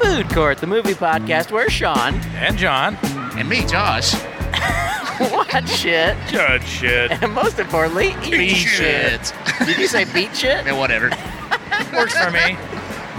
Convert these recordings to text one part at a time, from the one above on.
Food Court, the movie podcast where Sean And John. And me, Josh. watch shit Judge shit. and most importantly eat shit. Did you say beat shit? yeah, whatever. Works for me.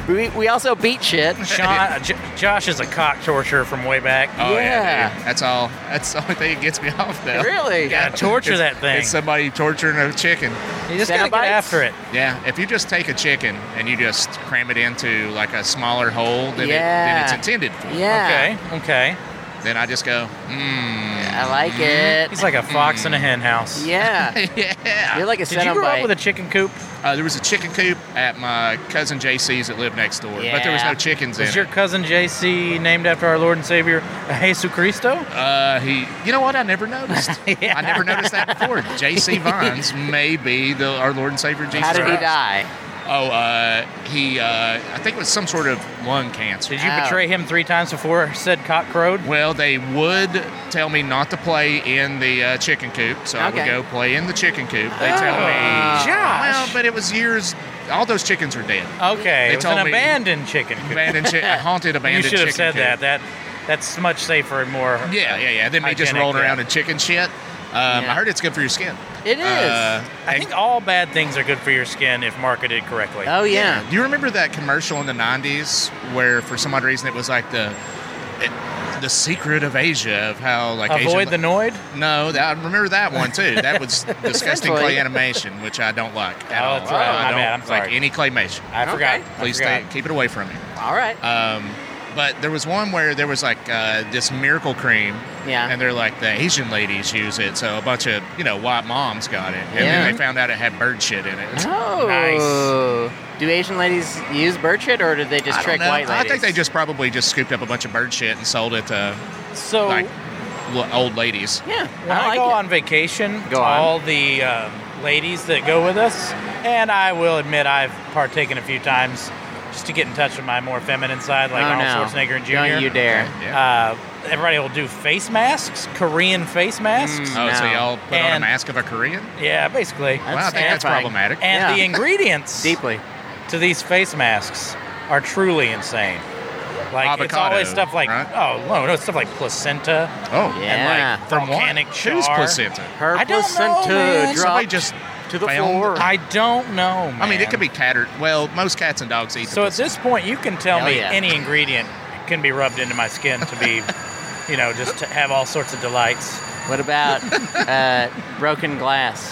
We, we also beat shit. Sean, uh, J- Josh is a cock torturer from way back. Oh yeah, Yeah. dude. that's all. That's the only thing that gets me off though. Really? Yeah, torture It's- that thing. It's somebody torturing a chicken. you just gotta get Cenobites? after it. Yeah, if you just take a chicken and you just cram it into like a smaller hole than, it, than it's Yeah. intended for, Yeah. Okay, okay. then I just go, mmm. I like it. He's like a fox Mm. in a hen house. Yeah. yeah. You're like a Did you grow up Cenobite. with a chicken coop? Uh, there was a chicken coop at my cousin JC's that lived next door, but there was Yeah. no chickens in Is your it. cousin JC named after our Lord and Savior Jesus Cristo? Uh, he, you know what? I never noticed. Yeah. I never noticed that before. JC Vines may be the our Lord and Savior Jesus. How did he Christ. die? Oh, uh, he, uh, I think it was some sort of lung cancer. Did you Ow. betray him three times before said cock crowed? Well, they would tell me not to play in the uh, chicken coop, so I would Okay. go play in the chicken coop. They tell me. Oh. Well, but it was years. All those chickens are dead. Okay, They it was told an me- abandoned chicken coop. Abandoned chi- haunted, you abandoned should have chicken said coop. that. That that's much safer and more. Yeah, yeah, yeah. Then me just Hygienic, rolling yeah. around in chicken shit. Um, Yeah. I heard it's good for your skin. It is. Uh, I and- think all bad things are good for your skin if marketed correctly. oh yeah. Do you remember that commercial in the '90s where, for some odd reason, it was like the it, the secret of Asia of how like Avoid the Asian, noid. no. That, I remember that one too. That was disgusting Essentially. clay animation, which I don't like at Oh, all. that's right. I My don't bad. I'm like sorry. any claymation. I Okay. forgot. Please I forgot. stay, keep it away from me. All right. Um, but there was one where there was like uh, this miracle cream. Yeah. And they're like, the Asian ladies use it. So a bunch of, you know, white moms got it. And Yeah. then they found out it had bird shit in it. Oh. Nice. Do Asian ladies use bird shit, or did they just I don't trick know. white ladies? I think they just probably just scooped up a bunch of bird shit and sold it to So like l- old ladies. Yeah. when I, like go it. on vacation, Go on. all the um, ladies that go with us, and I will admit I've partaken a few times just to get in touch with my more feminine side, like oh, Arnold no. Schwarzenegger and Jr. Don't you dare. Yeah. Uh, everybody will do face masks, Korean face masks. Mm. oh, so no. y'all put on a And- mask of a Korean? Yeah, basically. That's well, I think that's terrifying. problematic. And Yeah. the ingredients Deeply. to these face masks are truly insane. Like it's Avocado, always stuff like right? oh no, no it's stuff like placenta. oh, Yeah. And like From what? volcanic Who's char. placenta? Her I don't know, placenta man. Somebody dropped just to the found- floor. I don't know. Man. I mean, it could be tattered. Well, most cats and dogs eat the So at this point, you can tell Hell me yeah. any ingredient can be rubbed into my skin to be, you know, just to have all sorts of delights. What about uh, broken glass?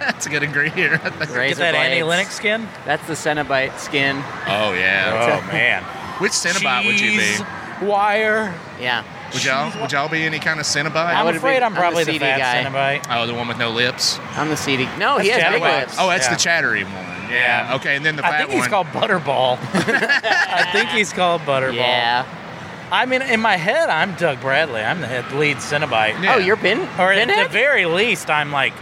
That's a good ingredient. I think. Razor Get that blades. Annie Lennox skin. That's the Cenobite skin. Oh yeah. Oh man, Which Cenobite would you be? Cheese, Wire. Yeah. Would y'all would y'all be any kind of Cenobite? I'm would be- afraid I'm I'm the probably the, CD fat guy. Cenobite. Oh, the one with no lips. I'm the CD. No, he That's has big Chatterbox. lips. Oh, that's Yeah. the chattery one. Yeah. Okay, and then the fat I think one. he's called Butterball. I think he's called Butterball. yeah. I mean, in my head, I'm Doug Bradley. I'm the head lead Cenobite. Yeah. Oh, you're Ben. Or at Benhead? the very least, I'm like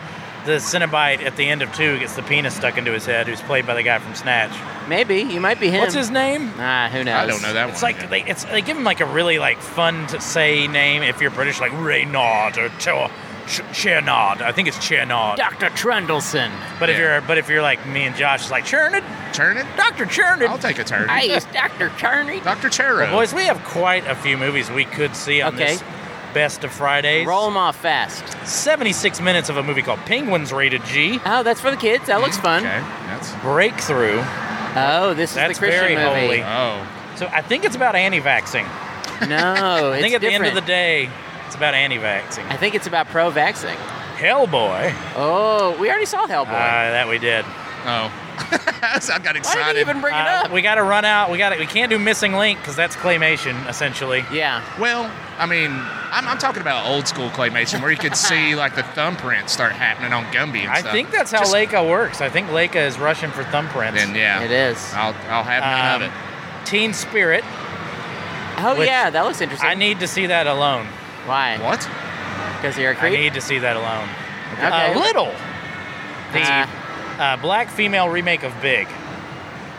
the Cenobite at the end of two gets the penis stuck into his head, who's played by the guy from Snatch. Maybe you might be him. What's his name? Ah, who knows? I don't know that It's one. like they, it's, they give him like a really like fun to say name if you're British, like Raynaud or Ch- Ch- Chernod. I think it's Chernod. Doctor Trendelson. But if Yeah. you're but if you're like me and Josh, it's like Chernod, turn it. Doctor Chernod. I'll take a turn. Hey, it's Doctor Charney. Dr. Chero. Well, Oh, boys, we have quite a few movies we could see on Okay. this best of Fridays. Roll him off fast. 76 minutes of a movie called Penguins Rated G. Oh, that's for the kids. That looks fun. Okay, that's Breakthrough. Oh, this is That's the Christian very movie. holy. oh So I think it's about anti-vaxxing. No, it's I think at different. the end of the day, it's about anti-vaxxing. I think it's about pro-vaxxing. Hellboy. Oh, we already saw Uh, Hellboy. that we did. oh. I got Why did excited. they even bring it Uh, up? We got to run out. We got to We can't do missing link because that's claymation essentially. yeah. well, I mean, I'm, I'm talking about old school claymation where you could see like the thumbprint start happening on Gumby and I stuff. think that's how Just- Leica works. I think Leica is Russian for thumbprints. Then yeah, It is. I'll I'll have none Um, of it. Teen Spirit. Oh which- yeah, that looks interesting. I need to see that alone. Why? What? Oh, Because you're a I creep. need to see that alone. Okay. Uh, Little. The Ah. uh, black female remake of Big.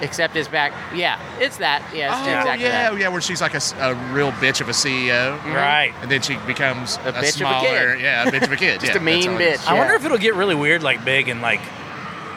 Except his back. Yeah, it's that. Yeah, it's oh exactly yeah, that. yeah, where she's like a, s- a real bitch of a CEO. Right. And then she becomes A a, bitch of a smaller, kid. yeah, a bitch of a kid. Just yeah, a mean that's bitch. I all Yeah. wonder if it'll get really weird, like Big, and like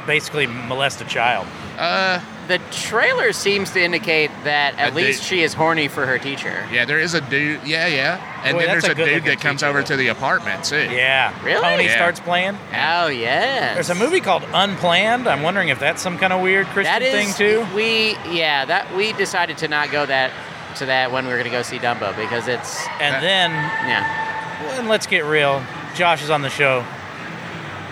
basically molest a child. it is. Uh, the trailer seems to indicate that at Uh, they- least she is horny for her teacher. Yeah, there is a dude. Yeah, yeah. And Boy, then that's there's a, a good-looking dude that comes teacher, over though. to the apartment too. Yeah. Really? Tony Yeah. starts playing. Oh yeah. There's a movie called Unplanned. I'm wondering if that's some kind of weird Christian that is thing too. We yeah that we decided to not go that to that when we were gonna go see Dumbo because it's And That- then yeah Well, and let's get real. Josh is on the show.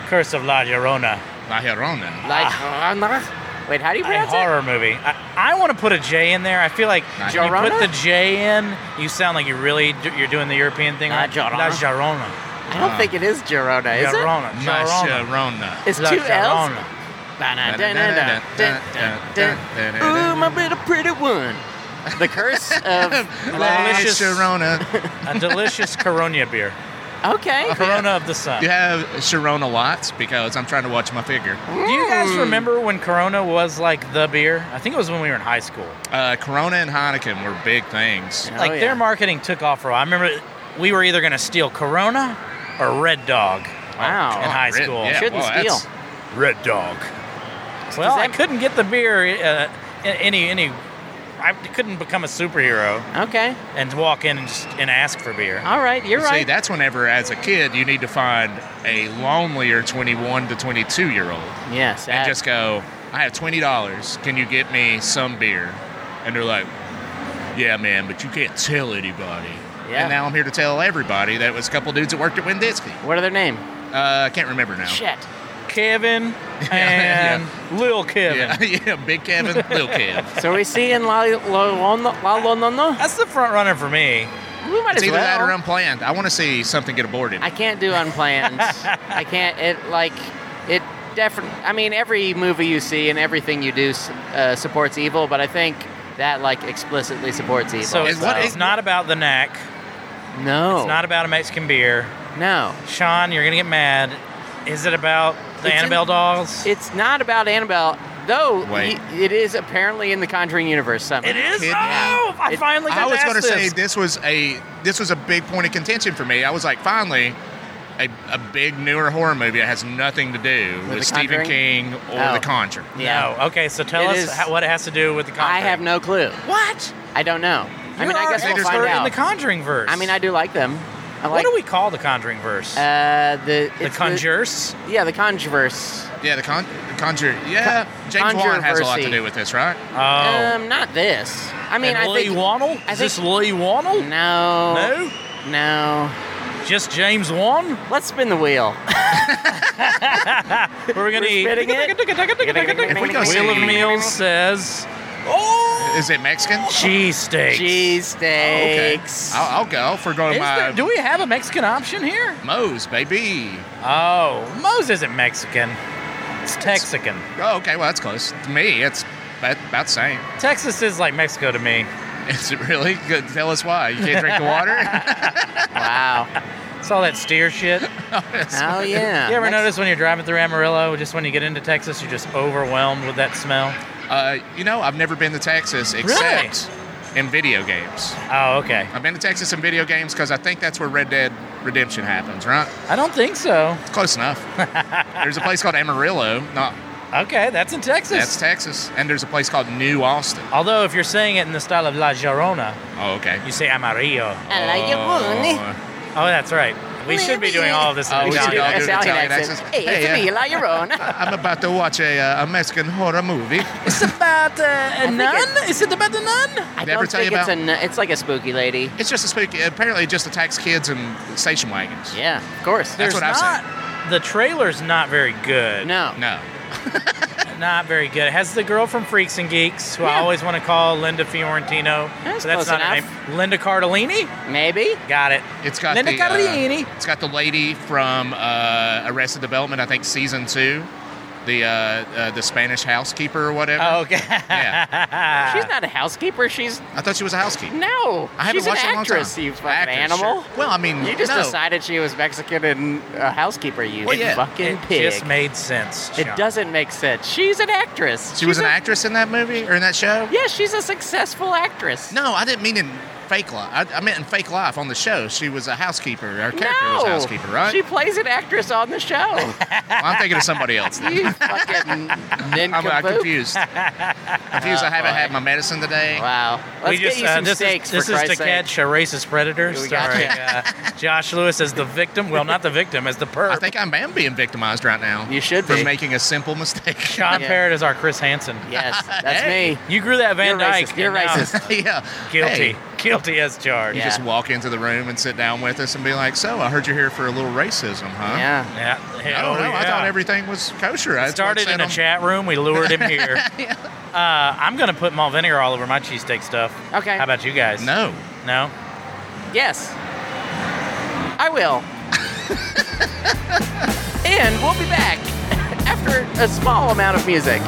Curse of La Llorona, La Llorona. like wait how do you a pronounce it? Ah. horror movie. I, I want to put a J in there. I feel like Not you Llorona? put the J in, you sound like you really do, you're doing the European thing. La right? Llorona. La Llorona. I Uh. don't think it is Girona, is it? Llorona. La Llorona. Llorona. It's La two L's. Llorona. Ba-na-da-na-da, dun-dun-dun. Ooh, my little pretty one. The curse of La Delicious. Llorona. A delicious Corona beer. okay. Corona of the sun. You have Sharona lots because I'm trying to watch my figure. Do you guys Hmm. remember when Corona was like the beer? I think it was when we were in high school. Uh, Corona and Heineken were big things. Yeah. like Oh, their marketing took off for a while. I remember we were either going to steal Corona or Red Dog. Wow. In high Red- school. Oh, yeah, Shouldn't well, that's- steal. Red Dog. Well, that- I couldn't get the beer. Uh, a- any any, I couldn't become a superhero Okay. and walk in and, just, and ask for beer. All right. You're See, right. that's whenever, as a kid, you need to find a lonelier 21 to 22 year old Yes. uh, that- and just go, I have $20. Can you get me some beer? And they're like, Yeah, man, but you can't tell anybody. Yeah. And now I'm here to tell everybody that it was a couple dudes that worked at Winn Dixie. what are their name? Uh, I can't remember now. Shit. Kevin and Lil Kevin. Yeah, yeah, Big Kevin, Little Kev. So we see in La Llorona. La Llorona? That's the front runner for me. We might It's as either that or well. unplanned. I want to see something get aborted. I can't do unplanned. I can't. It like it definitely. I mean, every movie you see and everything you do s- uh, supports evil, but I think that like explicitly supports evil. So Is it's, uh, what it's is- Oh. not about the knack. no, It's not about a Mexican beer. no. Sean, you're gonna get mad. Is it about the It's in- Annabelle dolls? It's not about Annabelle, though. Wait. y- it is apparently in the Conjuring universe somehow. It is. Kid- Oh, I It- finally I got was past going to say this. this was a this was a big point of contention for me. I was like, finally, a, a big newer horror movie that has nothing to do with, The Stephen Conjuring? King or Oh. The Conjuring. Yeah. No. Okay, so tell It us is- how, what it has to do with the I Conjuring. have no clue. What? I don't know. I mean, I guess our we'll expert find in the out. Conjuring verse. I mean, I do like them. I like. what do we call the Conjuring verse? Uh, the the it's Conjurse. yeah, the Conjureverse. Yeah, The Con- Conjure. Yeah, James Wan has a lot to Controversy. do with this, right? oh. Um, not this. I mean, and I Lee think. Wannell. I Is this think- Lee Wannell? No. No. No. Just James Wan. Let's spin the wheel. We're gonna eat. spinning it. If we go Wheel of see- Meals says, "Oh, Is it Mexican? cheese steaks." Cheese Okay, steaks. I'll, I'll go for going Is my there, do we have a Mexican option here? Moe's, baby. Oh, Mose isn't Mexican. It's Texican. Oh, okay, well that's close to me. It's about, about the same. Texas is like Mexico to me. Is it really? Good. Tell us why you can't drink the water. Wow. It's all that steer shit. Oh yeah. You ever Next- notice when you're driving through Amarillo, just when you get into Texas, you're just overwhelmed with that smell? uh, you know, I've never been to Texas except in video games. Oh, okay. I've been to Texas in video games because I think that's where Red Dead Redemption happens, right? I don't think so. It's close enough. there's a place called Amarillo. No, Okay, that's in Texas. that's Texas. And there's a place called New Austin. Although, if you're saying it in the style of La Llorona, Oh, okay. you say Amarillo. I like your money. Oh, Oh, that's right. We should be doing all of this in Oh, we We should do Italian an Italian Italian. accent. accent. accent. Hey, Hey, it's yeah. me, La Llorona. I'm about to watch a, uh, a Mexican horror movie. It's about uh, a think it- Is it about a I nun? Did I ever don't tell you think it's a. about- nu- It's like a spooky lady. It's just a spooky. Apparently, it just attacks kids in station wagons. Yeah, of course. There's what I've not. said. The trailer's not very good. no. No. Not very good. It has the girl from Freaks and Geeks, who I Yeah. always want to call Linda Fiorentino. That's but that's close not enough. her name. Linda Cardellini? Maybe. Got it. It's got Linda the. uh, Cardellini. it's got the lady from uh, Arrested Development, I think season two, the uh, uh, the Spanish housekeeper or whatever. Oh, okay. she's not a housekeeper. She's I thought she was a housekeeper. no. Uh, I haven't she's watched it an in a long actress. time. You fucking Actress, animal. sure. Well, I mean, You just no. decided she was Mexican and a housekeeper. You Well, yeah. fucking it pig. just made sense. It Sean. doesn't make sense. She's an actress. She was She's an a- actress in that movie or in that show. Yeah, she's a successful actress. No, I didn't mean in fake life. I, I meant in fake life on the show. She was a housekeeper. Our character was a housekeeper, right? She plays an actress on the show. Well, I'm thinking of somebody else. then. you fucking I'm nincompoop. uh, confused. confused. I haven't had my medicine today. Wow. Let's we just, get you uh, some this is- steaks This for is Christ's to sake. catch a racist predator, We got starring uh, Josh Lewis as the victim. Well, not the victim, as the perp. I think I am being victimized right now. You should for be. making a simple mistake. Sean Yeah. Parrott is our Chris Hansen. Yes, that's Hey. me. You grew that Van You're Dyke. racist. You're and now racist. yeah. Guilty. Hey, Guilty as charged. you Yeah. just walk into the room and sit down with us and be like, "So, I heard you're here for a little racism, huh?" Yeah. Yeah. I Hell don't know. I Oh, yeah. thought everything was kosher. It I started in a chat room. We lured him here. uh, I'm gonna put malt vinegar all over my cheesesteak stuff. Okay. How about you guys? No. No. Yes. I will. and we'll be back after a small amount of music.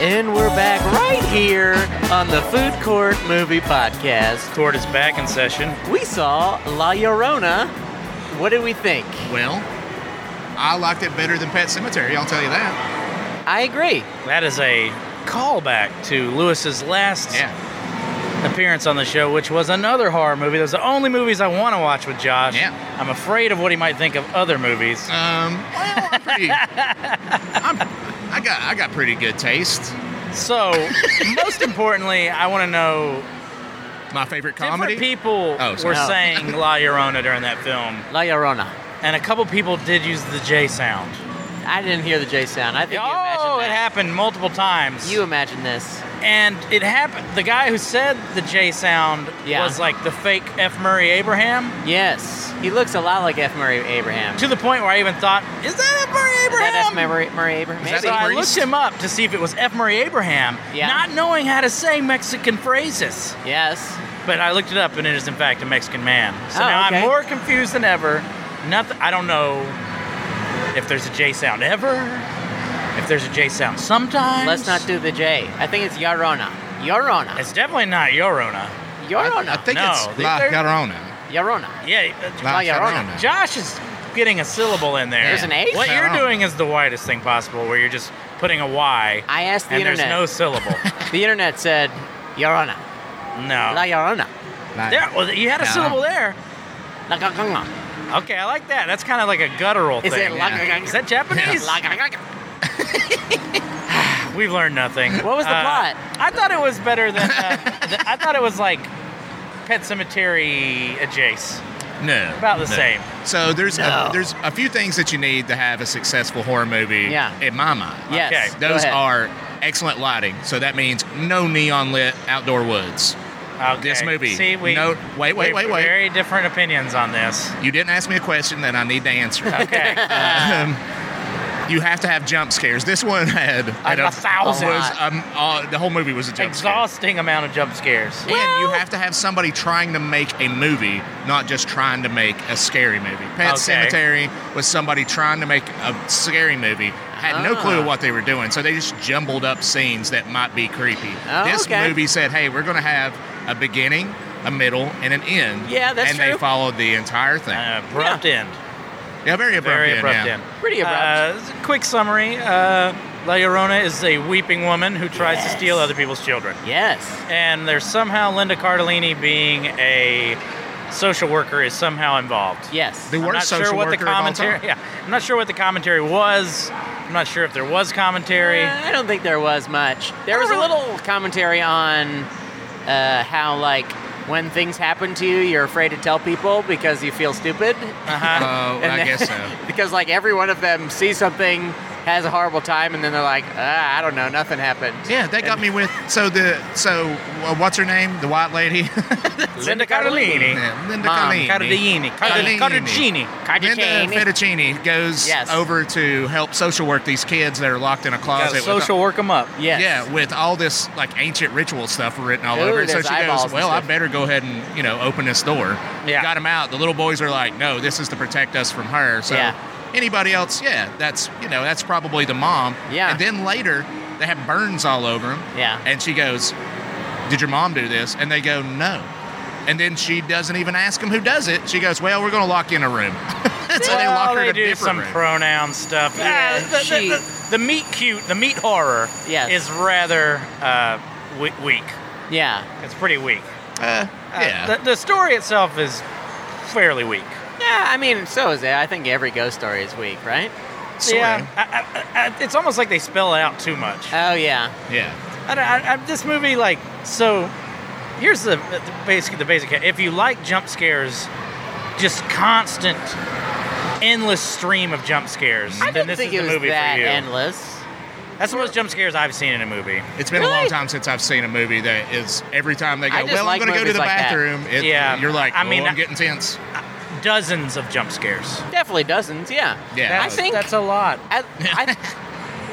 And we're back right here on the Food Court Movie Podcast. Court is back in session. We saw La Llorona. What do we think? Well, I liked it better than Pet Cemetery. I'll tell you that. I agree. That is a callback to Lewis's last Yeah. appearance on the show, which was another horror movie. Those are the only movies I want to watch with Josh. Yeah. I'm afraid of what he might think of other movies. Um. Well, I'm pretty. I'm, I got I got pretty good taste. So, most importantly, I want to know My favorite comedy. different people Oh, sorry. were Oh. saying La Llorona during that film, La Llorona. and a couple people did use the J sound. I didn't hear the J sound. I think you imagined Oh, that. it happened multiple times. You imagine this. and it happened. The guy who said the J sound Yeah. was like the fake F. Murray Abraham. Yes. He looks a lot like F. Murray Abraham. To the point where I even thought, is that F. Murray Is Abraham? that F. Murray, Murray Abraham? Is that So Maybe. the- I priest? looked him up to see if it was F. Murray Abraham, Yeah. not knowing how to say Mexican phrases. yes. But I looked it up, and it is in fact a Mexican man. So Oh, now okay. I'm more confused than ever. Nothing. I don't know if there's a J sound ever. If there's a J sound sometimes. Let's not do the J. I think it's Llorona. Llorona. It's definitely not Yorona. I, I Llorona. think No, it's they- La they're- Llorona. Llorona. Yeah. uh, La La Llorona. Llorona. Josh is getting a syllable in there. There's an H? What you're Llorona. doing is the widest thing possible, where you're just putting a Y. I asked the and internet. there's no syllable. The internet said Llorona. no. La Llorona. La- there, well, you had a No. syllable there. La Gaganga. Okay, I like that. That's kind of like a guttural Is it thing. La yeah. Gaganga? Is that Japanese? La Gaganga. We've learned nothing. What was the Uh, plot? I thought it was better than. Uh, th- I thought it was like Pet Cemetery adjacent. No. About the no. same. So there's No. a, there's a few things that you need to have a successful horror movie. Yeah. In my mind. Yes. Okay, go Those ahead. are excellent lighting. So that means no neon lit outdoor woods. Okay. This movie. See, we No- wait, wait, we- wait, wait. Very different opinions on this. You didn't ask me a question that I need to answer. Okay. um, you have to have jump scares. This one had, had a thousand. Was, um, uh, the whole movie was a jump scare. Exhausting amount of jump scares. And you have to have somebody trying to make a movie, not just trying to make a scary movie. Pet Okay. Cemetery was somebody trying to make a scary movie, had no Ah. clue what they were doing, so they just jumbled up scenes that might be creepy. Oh, this okay. movie said, "Hey, we're going to have a beginning, a middle, and an end." Yeah, that's and true. they followed the entire thing. An Uh, abrupt end. yeah, very abrupt. Very end, abrupt yeah. end. Pretty abrupt. Uh, quick summary. Uh, La Llorona is a weeping woman who tries Yes. to steal other people's children. Yes. and there's somehow Linda Cardellini being a social worker is somehow involved. Yes. The I'm not worst social sure what the worker of all time. commentary. Yeah, I'm not sure what the commentary was. I'm not sure if there was commentary. Uh, I don't think there was much. There was a little commentary on uh, how, like, when things happen to you, you're afraid to tell people because you feel stupid. Uh-huh. Oh, I then- guess so. because, like, every one of them sees something, has a horrible time, and then they're like, ah, I don't know, nothing happened. Yeah, they got me with so the so uh, what's her name? The white lady. Linda Cardellini. Yeah, Linda Mom, Cardellini. Cardellini. Cardellini. Cardellini. Cardellini. Linda Fettuccine goes Yes. over to help social work these kids that are locked in a Gotta closet. social with, work them up. Yes. Yeah, with all this like ancient ritual stuff written all Ooh, over it. So there's she eyeballs and goes, "Well, I stuff." better go ahead and you know open this door." Yeah. Got him out. The little boys are like, "No, this is to protect us from her." So Yeah. anybody else? Yeah, that's you know that's probably the mom. Yeah. And then later they have burns all over them. Yeah. And she goes, "Did your mom do this?" And they go, "No." And then she doesn't even ask him who does it. She goes, "Well, we're going to lock you in a room." so they well, lock her they in a do different some room. pronoun stuff. Yeah, Ah, the, the- she- the- the meat cute, the meat horror Yes. is rather uh, we- weak. Yeah. It's pretty weak. Uh, Uh, yeah. The, the story itself is fairly weak. Yeah, I mean, so is it. I think every ghost story is weak, right? Sorta. I, I, I, it's almost like they spell it out too much. Oh, yeah. Yeah. I, don't- I, I, this movie, like, so here's the, the basic. The basic. If you like jump scares, just constant, endless stream of jump scares, I then didn't this think is it the was movie that for you. endless. That's the most jump scares I've seen in a movie. It's been a long Really? time since I've seen a movie that is every time they go, I just "Well, like I'm going to go to movies the like that. bathroom." It, Yeah. You're like, I "I mean, mean, I- I'm getting tense." Dozens of jump scares. Definitely dozens, yeah. Yeah. I think that's a lot. I, I,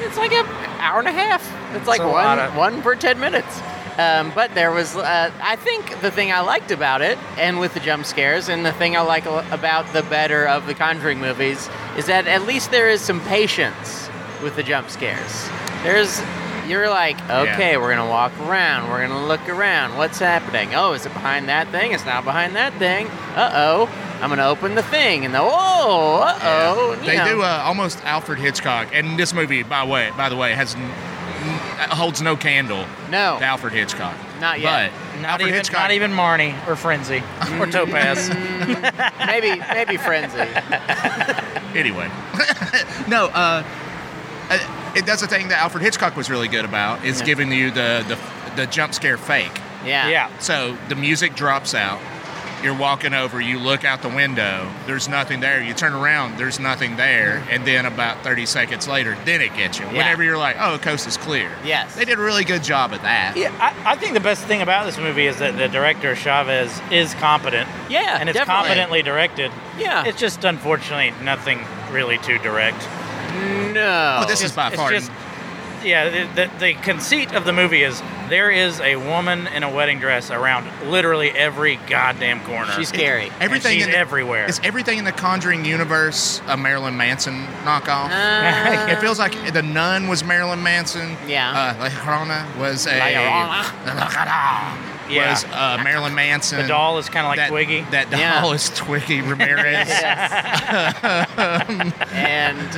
it's like an hour and a half. It's like a one, lot of- one per 10 minutes. Um, but there was, uh, I think the thing I liked about it, and with the jump scares, and the thing I like a- about the better of the Conjuring movies, is that at least there is some patience with the jump scares. There's, you're like, okay, we're gonna walk around, we're gonna look around, what's happening? Oh, is it behind that thing? It's not behind that thing. Uh oh, I'm gonna open the thing, and the, oh, uh oh. They do uh, almost Alfred Hitchcock, and this movie, by way, by the way, has n- n- holds no candle No. to Alfred Hitchcock. Not yet. But Not Alfred even, Hitchcock, not even Marnie or Frenzy or Topaz. maybe maybe frenzy. anyway. no, uh, uh, it, that's the thing that Alfred Hitchcock was really good about is Yeah. giving you the, the the jump scare fake. Yeah. yeah. So the music drops out. You're walking over. You look out the window. There's nothing there. You turn around. There's nothing there. And then about 30 seconds later, then it gets you. Yeah. Whenever you're like, "Oh, coast is clear." Yes. They did a really good job at that. Yeah, I, I think the best thing about this movie is that the director Chavez is competent, Yeah. and it's definitely. competently directed. Yeah. It's just unfortunately nothing really too direct. no. Well, Oh, this is by it's far just yeah. The, the, the conceit of the movie is there is a woman in a wedding dress around literally every goddamn corner. She's scary. everything and she's in the, everywhere. Is everything in the Conjuring universe a Marilyn Manson knockoff? Uh, it feels like the nun was Marilyn Manson. Yeah. Uh, La Llorona was a. La La Llorona Yeah. Was uh, Marilyn Manson. the doll is kind of like that, Twiggy. That doll Yeah. is Twiggy Ramirez. yes. and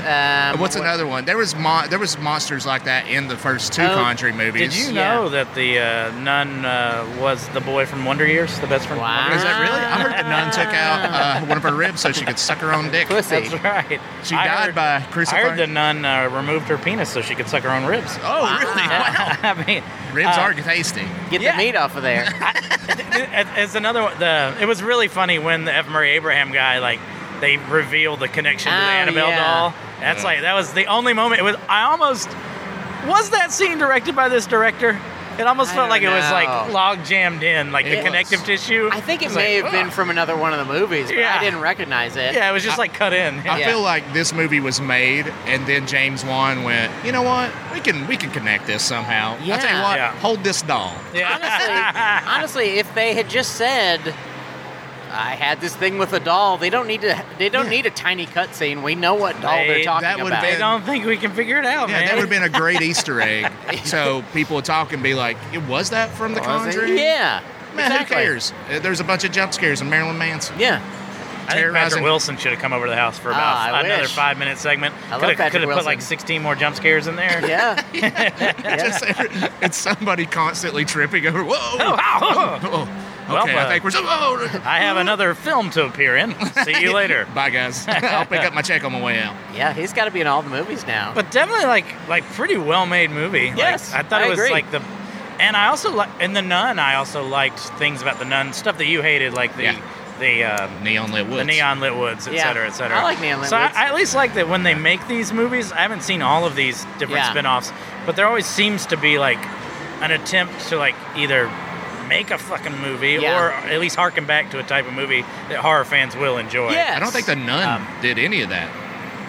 um, What's what- another one? There was mon- there was monsters like that in the first two Oh, Conjuring movies. Did you Yeah. know that the uh, nun uh, was the boy from Wonder Years, the best friend? Wow. From Wonder Is that really? I heard the nun took out uh, one of her ribs so she could suck her own dick. Pussy. Years? That's right. She I died heard- by I crucifying. heard the nun uh, removed her penis so she could suck her own ribs. oh, really? Wow. I mean, Ribs uh, are tasty. Get Yeah. the meat off of there. It's another one. The it was really funny when the F. Murray Abraham guy like they revealed the connection to the Oh, Annabelle yeah. doll. That's Yeah. like that was the only moment. It was I almost was that scene directed by this director. It almost I felt like don't it was like know. log jammed in, like the It was. connective tissue. I think it was may like, have been from another one of the movies, but Yeah. I didn't recognize it. Yeah, it was just like cut in. I Yeah. feel like this movie was made, and then James Wan went, you know what? We can we can connect this somehow. I tell you Yeah. what, Yeah. hold this doll. yeah. honestly, honestly, if they had just said, "I had this thing with a doll," they don't need to. They don't need a tiny cutscene. We know what doll They- they're talking that would've about. I been- don't think we can figure it out, Yeah, Oh, man. that would have been a great Easter egg. So people would talk and be like, "It was that from The Was it? Conjuring?" Yeah. Man, exactly. who cares? Uh, There's a bunch of jump scares in Marilyn Manson. Yeah. I think Patrick terrorizing- Wilson should have come over to the house for Ah, about I another wish. five minute segment. I love could have, Patrick could have put Wilson. like 16 more jump scares in there. Yeah. Just- it's somebody constantly tripping over. Whoa! Wow. Oh, Well, okay, uh, I think we're. Oh, I have another film to appear in. See you later. bye, guys. I'll pick up my check on my way out. Yeah, he's got to be in all the movies now. But definitely like like pretty well made movie. Like, Yes, I thought I it was agree. like the and I also like in the nun I also liked things about the nun stuff that you hated like the Yeah. the um, Neon lit woods. the neon lit woods, et Yeah. cetera, et cetera. I like neon lit so woods. I, I at least like that when they make these movies. I haven't seen all of these different Yeah. spin-offs, but there always seems to be like an attempt to like either make a fucking movie Yeah. or at least harken back to a type of movie that horror fans will enjoy. Yeah. I don't think the nun did any of that. Um,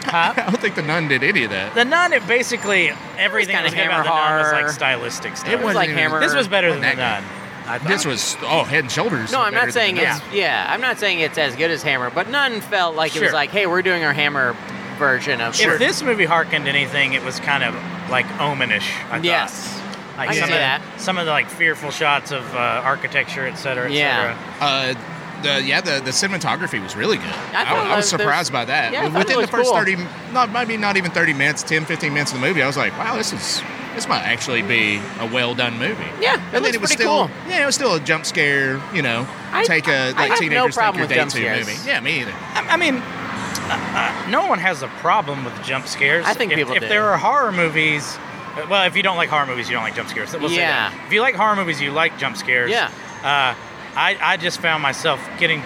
Huh? I don't think the nun did any of that. The Nun, it basically everything kinda that was good about the Nun hammer was horror. like stylistic stuff. was like even- Hammer. this was better than the Wasn't that Nun. I thought. This was oh head and shoulders. no, I'm better not saying than it's yeah, I'm not saying it's as good as Hammer, but none felt like it was Sure. like, hey, we're doing our Hammer version of If this movie harkened anything, it was kind of like omenish. I thought. yes, Like I can some see of, that. Some of the like fearful shots of uh, architecture, et cetera, et Yeah. cetera. Uh, the yeah, the, the cinematography was really good. I, thought I was those- those- surprised by that. yeah, I thought it Within the was first cool. thirty, not maybe not even thirty minutes, 10, 15 minutes of the movie, I was like, wow, this is this might actually be a well done movie. Yeah, it and then looks it was pretty still cool. yeah, it was still a jump scare. You know, I- take I a like have no teenagers take problem your with date jump to a scares. movie. Yeah, me either. I, I mean, uh, uh, no one has a problem with jump scares. I think if, people If do. there are horror movies, uh, well, if you don't like horror movies, you don't like jump scares. We'll say Yeah. that. If you like horror movies, you like jump scares. Yeah. Uh, I I just found myself getting,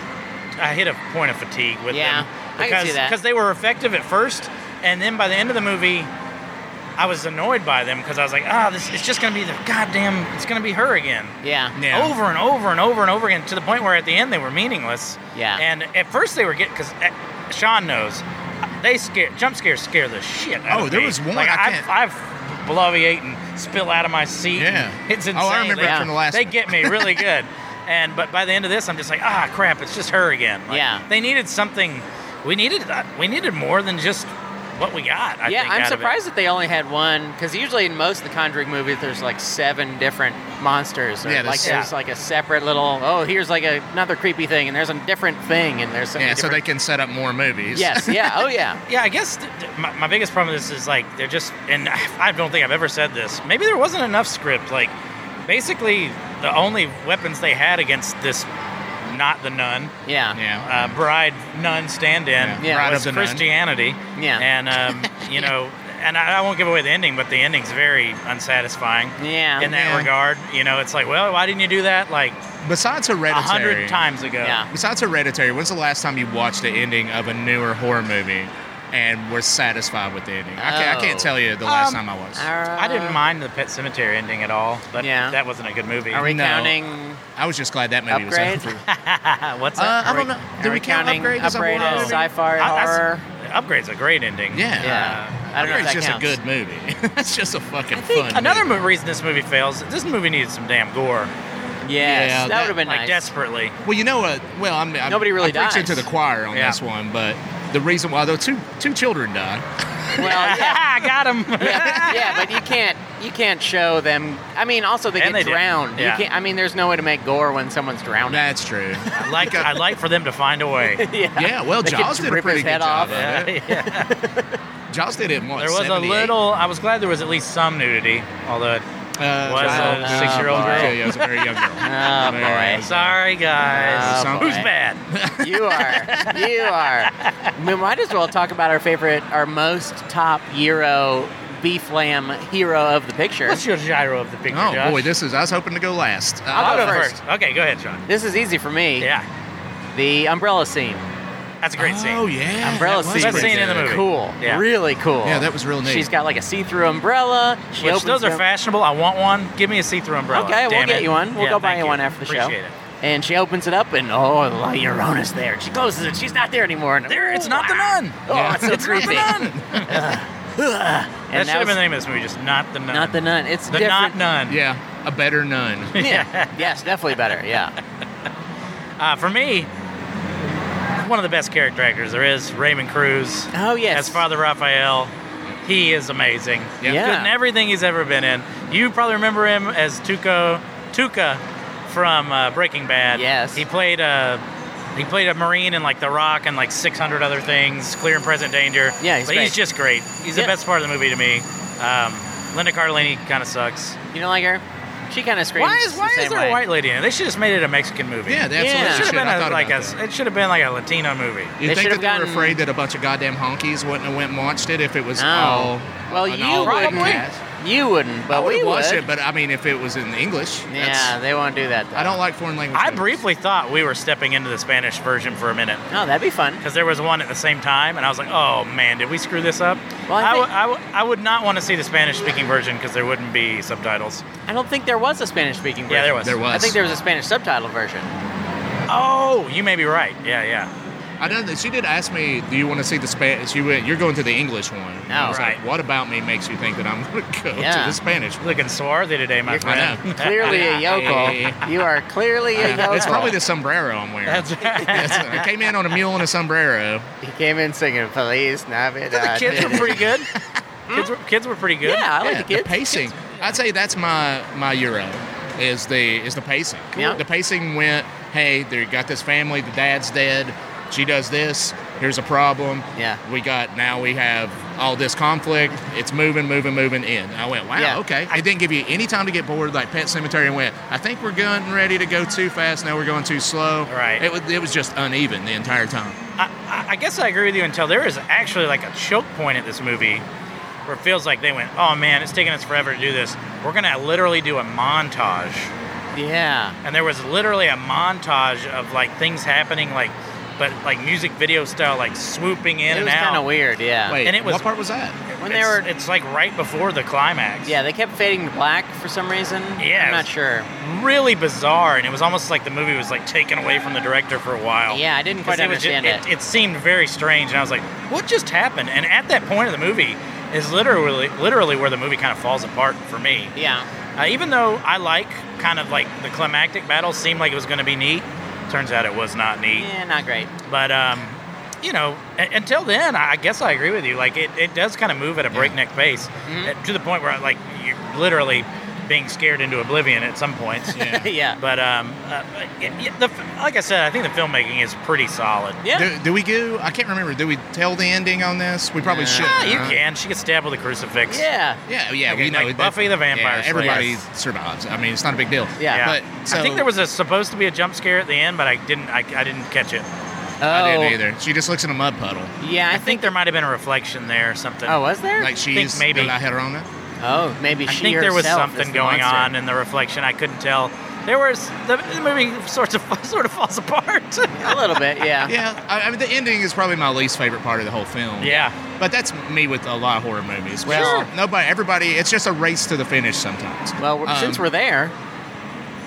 I hit a point of fatigue with Yeah, them I can because see that. because they were effective at first, and then by the end of the movie. I was annoyed by them because I was like, ah, this it's just gonna be the goddamn, it's gonna be her again Yeah. Yeah. over and over and over and over again to the point where at the end they were meaningless. Yeah. And at first they were getting because Sean knows they scare jump scares scare the shit. Out Oh, of there me. was one, Like, I I've, can't- I've bloviate and spill out of my seat. Yeah. It's Oh, insane. I remember They- it from the last They one. get me really good. And but by the end of this, I'm just like, ah, crap! It's just her again. Like, Yeah. They needed something. We needed uh, we needed more than just what we got. I yeah, think, I'm out of it. surprised that they only had one because usually in most of the Conjuring movies, there's like seven different monsters. Or Yeah, like there's- there's Yeah. like a separate little. Oh, here's like a, another creepy thing, and there's a different thing, and there's Yeah, so they different- can set up more movies. Yes. Yeah. Oh, yeah. Yeah, I guess th- th- my, my biggest problem with this is like they're just, and I don't think I've ever said this. Maybe there wasn't enough script. Like, basically, the only weapons they had against this, not the nun, Yeah. yeah. uh, bride nun stand-in Yeah. Yeah. Bride was of the nun. Christianity. Yeah. and um, you know, and I, I won't give away the ending, but the ending's very unsatisfying. Yeah. In that Yeah. regard, you know, it's like, well, why didn't you do that like Besides a Hereditary, hundred times ago? Yeah. Besides Hereditary, when's the last time you watched the ending of a newer horror movie and were satisfied with the ending? I, can't, I Oh. can't tell you the last Um, time I was. I didn't mind the Pet Cemetery ending at all, but Yeah. that wasn't a good movie. Are we No. counting? I was just glad that movie Upgrade? was over. What's Uh, that? I Are don't know. Do are we count counting Upgrade as a horror as movie? sci-fi Oh. I- I s- horror? Upgrade's a great ending. Yeah. yeah. I don't know if Upgrade's that just counts. a good movie. it's just a fucking I think fun. Another movie. mo- reason this movie fails, this movie needed some damn gore. Yes, Yeah, that, that- would have been like, nice. desperately. Well, you know what? Well, I'm, I'm Nobody really I'm preaching dies. to the choir on Yeah. this one, but the reason why though two two children die. Well, yeah. I got him. yeah, but you can't you can't show them. I mean, also they And get they did. drowned. Yeah. You can't. I mean, there's no way to make gore when someone's drowning. That's true. I'd like, I'd like for them to find a way. yeah. Yeah, well, They could Jaws did a rip pretty his head good job. off. of Yeah, it. yeah. Jaws did it in what? There was a 78? little. I was glad there was at least some nudity, although. It, Uh, Was Jaws a was- six-year-old yeah, girl. Yeah, it was a very young girl. Oh, Very boy. young girl. sorry guys. Oh, Who's boy. bad? You are. You are. I mean, might as well talk about our favorite, our most top Euro beef lamb hero of the picture. What's your gyro of the picture, Oh Josh? boy, this is. I was hoping to go last. Uh, I'll I'll go go first. first. Okay, go ahead, Sean. This is easy for me. Yeah, The umbrella scene. that's a great Oh scene. yeah, Umbrella that was scene. Best pretty scene in the good. movie. Cool. Yeah. Really cool. Yeah, that was real neat. She's got like a see-through umbrella. She Which opens those are up- fashionable. I want one. Give me a see-through umbrella. Okay, we'll Damn get it. you one. We'll Yeah, go buy thank you one after the show. Appreciate it. And she opens it up, and oh, La Llorona's there. She closes it. She's not there anymore. And, There, it's not the nun. Oh, it's so it's creepy. not the nun. and that should have was been the name of this movie, just not the nun. not the nun. It's The not different. nun. Yeah, a better nun. Yeah. yes, definitely better. Yeah. Uh, for me, one of the best character actors there is, Raymond Cruz. Oh yes. As Father Raphael, he is amazing. Yeah. Yeah. Good in everything he's ever been in. You probably remember him as Tuco, Tuca from uh, Breaking Bad. Yes. He played a. He played a marine in like The Rock and like 600 other things, Clear and Present Danger. Yeah, he's but great. he's just great. He's Yeah. the best part of the movie to me. Um, Linda Cardellini kind of sucks. You don't like her? She kind of screams. Why is the why is same there way. a white lady in it? They should have made it a Mexican movie. Yeah, they Yeah. absolutely It Shit, should have should. been I a, thought like a, about that. it should have been like a Latino movie. You They think should've that they were gotten- afraid that a bunch of goddamn honkies wouldn't have went and watched it if it was No. all Oh. well, an you all white wouldn't. cast? You wouldn't, Oh. I but would we have watched would. it, but I mean, if it was in English, yeah, that's- they won't do that. Though. I don't like foreign language. I movies. briefly thought we were stepping into the Spanish version for a minute Oh, that'd be fun. because there was one at the same time, and I was like, "Oh man, did we screw this up?" Well, I I, w- think- I, w- I would not want to see the Spanish-speaking version because there wouldn't be subtitles. I don't think there was a Spanish-speaking version. Yeah, there was. There was. I think there was a Spanish subtitle version. Oh, you may be right. Yeah, yeah. I know that she did ask me, "Do you want to see the Spanish?" You went, "You're going to the English one." And I Oh, was right. like, "What about me makes you think that I'm going to go Yeah. to the Spanish?" one?" Looking swarthy today, my You're friend. Clearly a yokel. You are clearly a yokel. It's probably the sombrero I'm wearing. That's right. That's- I came in on a mule and a sombrero. He came in singing "Police Navidad." the kids were pretty good. Kids were, kids were pretty good. Yeah, I like Yeah, the kids. pacing. I'd say that's my my euro is the is the pacing. Yeah. The pacing went, hey, they got this family, the dad's dead, she does this, here's a problem. Yeah. We got now we have all this conflict. It's moving, moving, moving in. I went, wow, Yeah. okay. I didn't give you any time to get bored like Pet Cemetery and went, I think we're getting ready to go too fast, now we're going too slow. Right. It was it was just uneven the entire time. I, I- I guess I agree with you until there is actually like a choke point at this movie where it feels like they went, oh man, it's taking us forever to do this. We're going to literally do a montage. Yeah. And there was literally a montage of like things happening, like, but like music video style, like swooping it in and was kind of out. weird. Yeah. Wait, And it was- what part was that? When they they were, were- it's like right before the climax. Yeah, they kept fading to black for some reason. Yeah, I'm it not was- sure. really bizarre, and it was almost like the movie was like taken away from the director for a while. Yeah, I didn't quite Because it was ju- understand it, it. it seemed very strange, and I was like, "What just happened?" And at that point of the movie is literally, literally where the movie kind of falls apart for me. Yeah. Uh, even though I like kind of like the climactic battle seemed like it was going to be neat, turns out it was not neat. Yeah, not great. But um, you know, u- until then, I I guess I agree with you. Like it, it does kind of move at a breakneck pace uh, to the point where like you're literally being scared into oblivion at some points. Yeah. yeah. But um, uh, yeah, yeah, the, f- like I said, I think the filmmaking is pretty solid. Yeah. Do, do we go? I can't remember. Do we tell the ending on this? We probably Nah. should. Ah, you right? can. She gets stabbed with a crucifix. Yeah. Uh-huh. Yeah, yeah, Like- we know like that- Buffy the Vampire yeah, Slayer. everybody survives. I mean, it's not a big deal. Yeah. but so, I think there was a, supposed to be a jump scare at the end, but I didn't. I, I didn't catch it. I, Oh. I didn't either. She just looks in a mud puddle. Yeah, I, think, there might have been a reflection there or something. Oh, was there? Like she's maybe. did I hit her on that? oh, maybe I she think there was herself is something the going monster. on in the reflection. I couldn't tell. There was the, the movie sorts of sort of falls apart. A little bit, yeah. Yeah, I, I mean, the ending is probably my least favorite part of the whole film. yeah. but that's me with a lot of horror movies. Well- Well, nobody, everybody, it's just a race to the finish sometimes. Well, we're- Um, since we're there.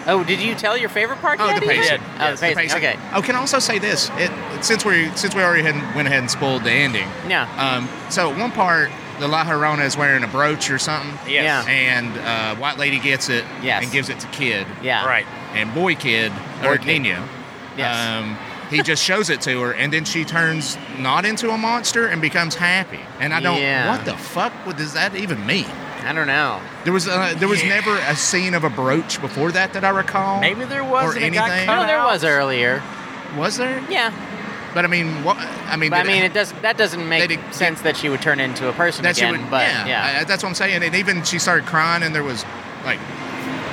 Oh, did you tell your favorite part Oh, yet? the even? pacing. Oh, Yes, the the the pacing. pacing. Okay. Oh, can I also say this? It since we since we already had, went ahead and spoiled the ending. Yeah. Um, so at one part, the La Llorona is wearing a brooch or something. Yeah. Yes. and uh, White Lady gets it Yes. and gives it to Kid. Yeah. Right. And Boy Kid, Boy or Kid. Nino, Yes. um, he just shows it to her, and then she turns not into a monster and becomes happy. And I don't, Yeah. what the fuck would, does that even mean? Uh, I don't know. There was uh, there was never a scene of a brooch before that that I recall. Maybe there was. Or and it got anything. cut No, Oh, there out. was earlier. was there? Yeah. But I mean, what? I mean, But I did- mean, it does. That doesn't They make did- sense that she would turn into a person that she again. would- but yeah, I- that's what I'm saying. And even she started crying, and there was like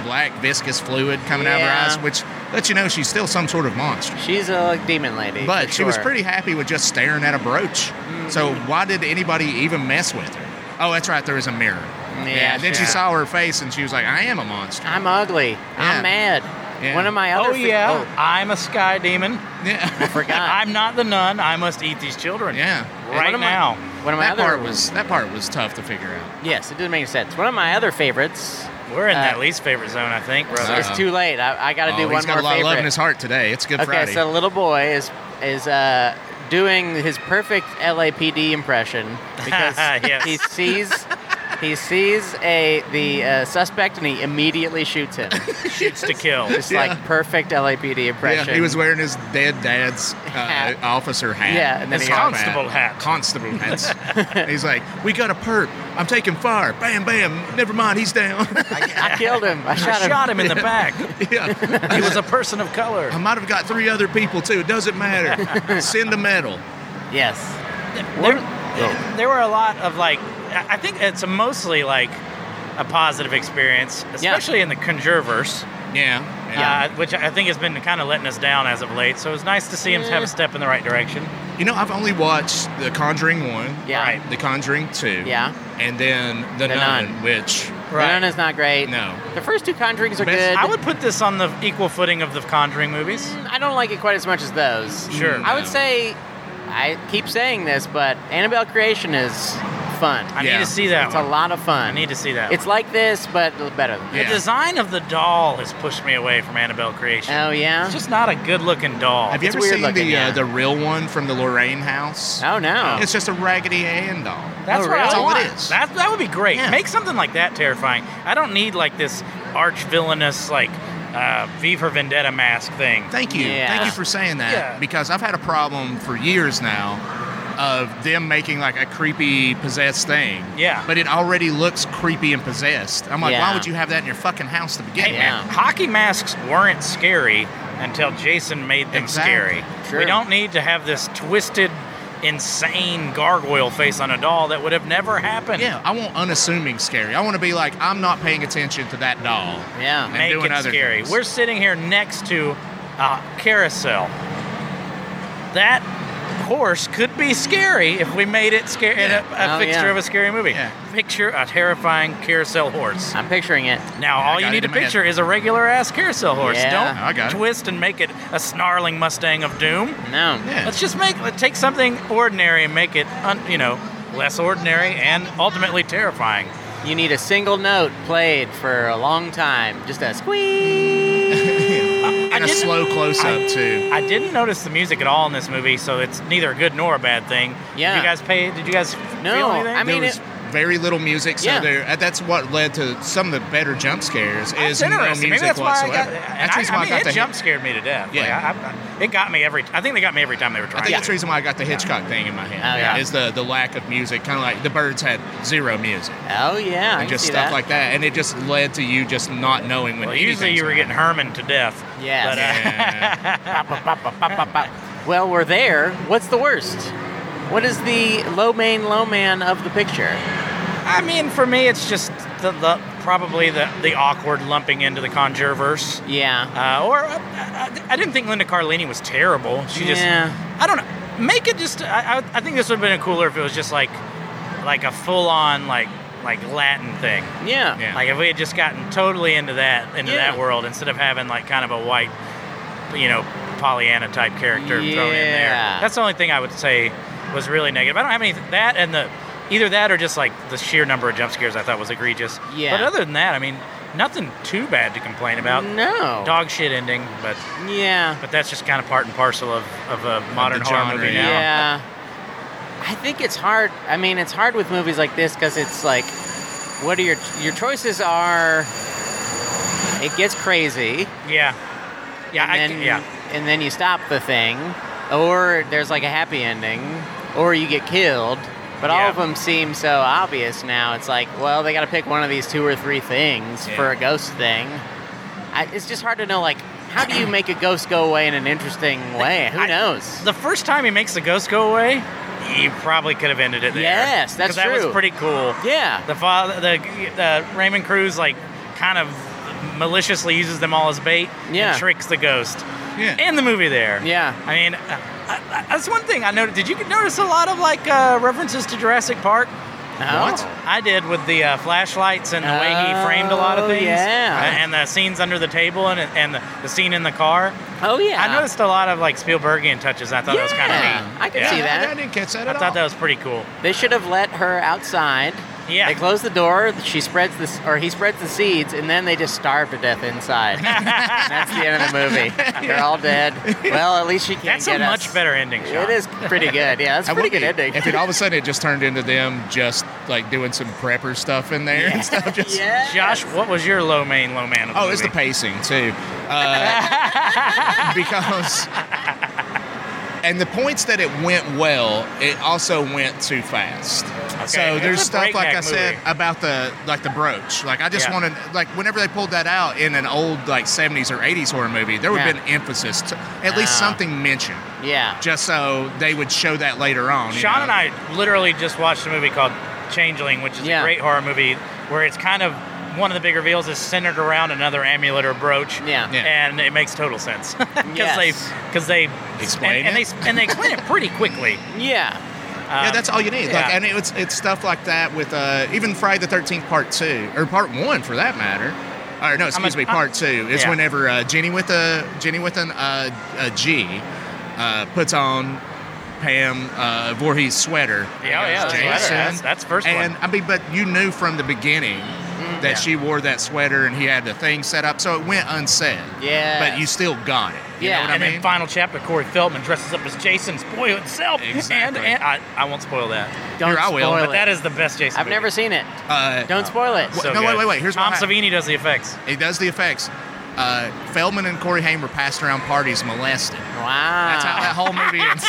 black viscous fluid coming out of her Yeah. eyes, which lets you know she's still some sort of monster. she's a demon lady. But for she was sure. Mm-hmm. pretty happy with just staring at a brooch. So why did anybody even mess with her? Oh, that's right. There was a mirror. Yeah, and then she sure. saw her face, and she was like, "I am a monster." I'm ugly. Yeah. I'm mad. Yeah. One of my other. Oh fa- yeah. I'm a sky demon. I Yeah, forgot. I'm not the nun. I must eat these children. yeah. Right One of my- now. One of my That other part was that part was tough to figure out. Yes, it didn't make sense. One of my other favorites. We're in Uh, that least favorite zone, I think, brother. It's Uh-oh. too late. I, I got to Oh, do one he's got more a lot of favorite. love in his heart today. It's Good okay, Friday. so the little boy is is uh, doing his perfect LAPD impression because Yes. he sees he sees a the uh, suspect and he immediately shoots him. Shoots to kill. Just like perfect LAPD impression. Yeah, he was wearing his dead dad's uh, Hat. officer hat. Yeah, and then His he- top Constable hat. Constable hats. he's like, "We got a perp. I'm taking fire. Bam, bam. Never mind. He's down." I killed him. I shot I him. shot him in the back. yeah. He was a person of color. I might have got three other people too. It doesn't matter. Send a medal. Yes. There, Oh. there were a lot of like, I I think it's mostly like a positive experience, especially in the Conjureverse, Yeah. uh, which I think has been kind of letting us down as of late. So it was nice to see him Yeah. have a step in the right direction. You know, I've only watched The Conjuring one. Yeah. Right. The Conjuring two. Yeah. And then The, The Nun, Nun. which The Nun is not great. no. The first two Conjurings are Best- good. I would put this on the equal footing of the Conjuring movies. I don't like it quite as much as those. Sure. I would say, I keep saying this, but Annabelle Creation is fun. I Yeah. need to see that It's a one. lot of fun. I need to see that. It's like this, but better. one. Yeah. The design of the doll has pushed me away from Annabelle Creation. Oh yeah. It's just not a good-looking doll. Have you It's ever weird seen looking, the yeah. uh, the real one from the Lorraine house? oh no. It's just a Raggedy Ann doll. That's Oh, what really? I That's all want. it is. That that would be great. Yeah. Make something like that terrifying. I don't need like this arch villainous like uh, V for Vendetta mask thing. Thank you. Yeah. Thank you for saying that Yeah. because I've had a problem for years now of them making like a creepy possessed thing. Yeah. But it already looks creepy and possessed. I'm like, Yeah. why would you have that in your fucking house to begin Hey, with? Yeah. hockey masks weren't scary until Jason made them Exactly. scary. Sure. We don't need to have this twisted, insane gargoyle face on a doll that would have never happened. Yeah, I want unassuming scary. I want to be like, I'm not paying attention to that doll. Yeah. and Make doing it other scary. things. We're sitting here next to a carousel. That horse could be scary if we made it scary. Yeah. A, Oh, a fixture yeah. of a scary movie. Yeah. Picture a terrifying carousel horse. I'm picturing it. Now Yeah, I all you got it need to in my head. picture is a regular ass carousel horse. Yeah. Don't I got it. twist and make it a snarling Mustang of doom. No. Yeah. Let's just make let take something ordinary and make it un, you know less ordinary and ultimately terrifying. You need a single note played for a long time. Just a squeeze. I and a didn't- slow close up too. I didn't notice the music at all in this movie, so it's neither a good nor a bad thing. Yeah. Did you guys pay? Did you guys feel No, anything? I mean- there was it- very little music, so Yeah. there. uh, That's what led to some of the better jump scares. That's is no music interesting. Maybe that's whatsoever. why I got. and that's the I, reason I why I, mean, got it the jump scared me to death. Like, Yeah. I- I- it got me every. I think they got me every time they were I trying. think that's to. the reason why I got the Hitchcock thing in my head. Oh, yeah. Is the the lack of music, kind of like the Birds had zero music oh yeah. I and can just see stuff that. like that, and it just led to you just not knowing when. Well, usually anything's you were getting happening. Herman to death. Yes. But, uh, Yeah. Well, we're there. What's the worst? What is the low main low man of the picture? I mean, for me, it's just the, the probably the, the awkward lumping into the Conjureverse. Yeah. Uh, or uh, I, I didn't think Linda Carlini was terrible. She just Yeah. I don't know. Make it just. I, I, I think this would have been cooler if it was just like like a full on like like Latin thing. Yeah. Yeah. Like if we had just gotten totally into that into Yeah. that world instead of having like kind of a white, you know, Pollyanna type character thrown in there. Yeah. That's the only thing I would say was really negative. I don't have any that and the either that or just like the sheer number of jump scares I thought was egregious. Yeah. But other than that, I mean, nothing too bad to complain about. No. Dog shit ending, but Yeah. but that's just kind of part and parcel of, of a modern the horror genre, movie yeah. now. Yeah. I think it's hard. I mean, it's hard with movies like this because it's like, what are your your choices are? It gets crazy. Yeah. Yeah, I, and then, yeah. and then you stop the thing, or there's like a happy ending, or you get killed. But all Yeah. of them seem so obvious now. It's like, well, they got to pick one of these two or three things for a ghost thing. I, it's just hard to know, like, how do you make a ghost go away in an interesting way? Who I- knows? The first time he makes the ghost go away, you probably could have ended it there. Yes, that's 'Cause that was true. pretty cool. yeah. The father, the, the Raymond Cruz, like kind of maliciously uses them all as bait. Yeah. And tricks the ghost. Yeah. And the movie there. Yeah. I mean, uh, I, I, that's one thing I noticed. Did you notice a lot of like uh, references to Jurassic Park? Oh. I did with the uh, flashlights and the way he framed a lot of Oh, things. yeah. Uh, And the scenes under the table and, and the, the scene in the car. Oh, yeah. I noticed a lot of like Spielbergian touches. I thought that was kind of Yeah, neat. I can Yeah. see I- that. I didn't catch that I at thought all. that was pretty cool. They should have let her outside. Yeah. They close the door. She spreads this, or he spreads the seeds, and then they just starve to death inside. And that's the end of the movie. They're all dead. Well, at least she can't That's a get us. much better ending, Sean. It is pretty good. Yeah, that's a I pretty would good be- ending. If it all of a sudden it just turned into them just like doing some prepper stuff in there and stuff, just yeah. Josh, what was your low main, low man? Of the Oh, it's the movie? pacing too, uh, because and the points that it went well, it also went too fast. so it's there's a stuff like I breakneck said movie. about the like the brooch. Like I just Yeah. wanted like whenever they pulled that out in an old like 70s or 80s horror movie, there would have Yeah. been emphasis to at least Ah. something mentioned, Yeah. just so they would show that later on. you uh, Sean know? and I literally just watched a movie called Changeling, which is Yeah. a great horror movie where it's kind of one of the big reveals is centered around another amulet or brooch. Yeah. Yeah. And it makes total sense because they Yes. because they Explain and, it. and they and they explain it pretty quickly. Yeah. yeah, Um, that's all you need. Like, yeah. and it's it's stuff like that with uh, even Friday the Thirteenth Part Two or Part One for that matter. Or no, excuse a- me, I'm- Part Two. It's yeah. whenever uh, Jenny with a Jenny with an uh, a G uh, puts on Pam uh, Voorhees sweater. Yeah, oh, yeah, the Jason. sweater. That's- that's first one. And I mean, but you knew from the beginning that Mm-hmm. Yeah. she wore that sweater and he had the thing set up, so it went unsaid. Yes. But you still got it. You Yeah. know what I and mean? then final chapter, Corey Feldman dresses up as Jason, spoil itself. Exactly. And, and I, I won't spoil that. Don't Here, I spoil will, it. But that is the best Jason. I've movie. Oh. never seen it. uh, Don't spoil it. What- No, wait, wait, wait, here's Tom what I- Savini does the effects. It does the effects. uh, Feldman and Corey Haim were passed around parties molested. Wow. That's how that whole movie ends.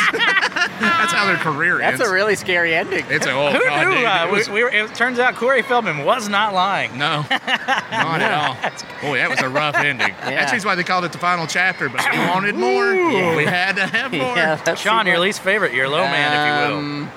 That's how their career That's a ends. really scary ending. It's a oh Who god, knew? dude, Uh, it we, was- we were, it turns out Corey Feldman was not lying. no, not at all. Boy, that was a rough ending. That's the reason why they called it the final chapter. But we wanted more. Ooh. We had to have more. Yeah, that's Sean, super- your least favorite, your low Oh, man, if you will. Um,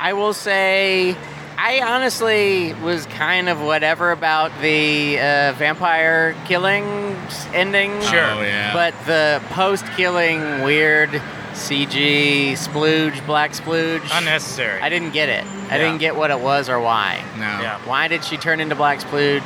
I will say, I honestly was kind of whatever about the uh, vampire killing s- ending. Sure. Oh yeah. But the post-killing weird CG splooge, black splooge. Unnecessary. I didn't get it. I Yeah. didn't get what it was or why. no. Yeah. Why did she turn into black splooge?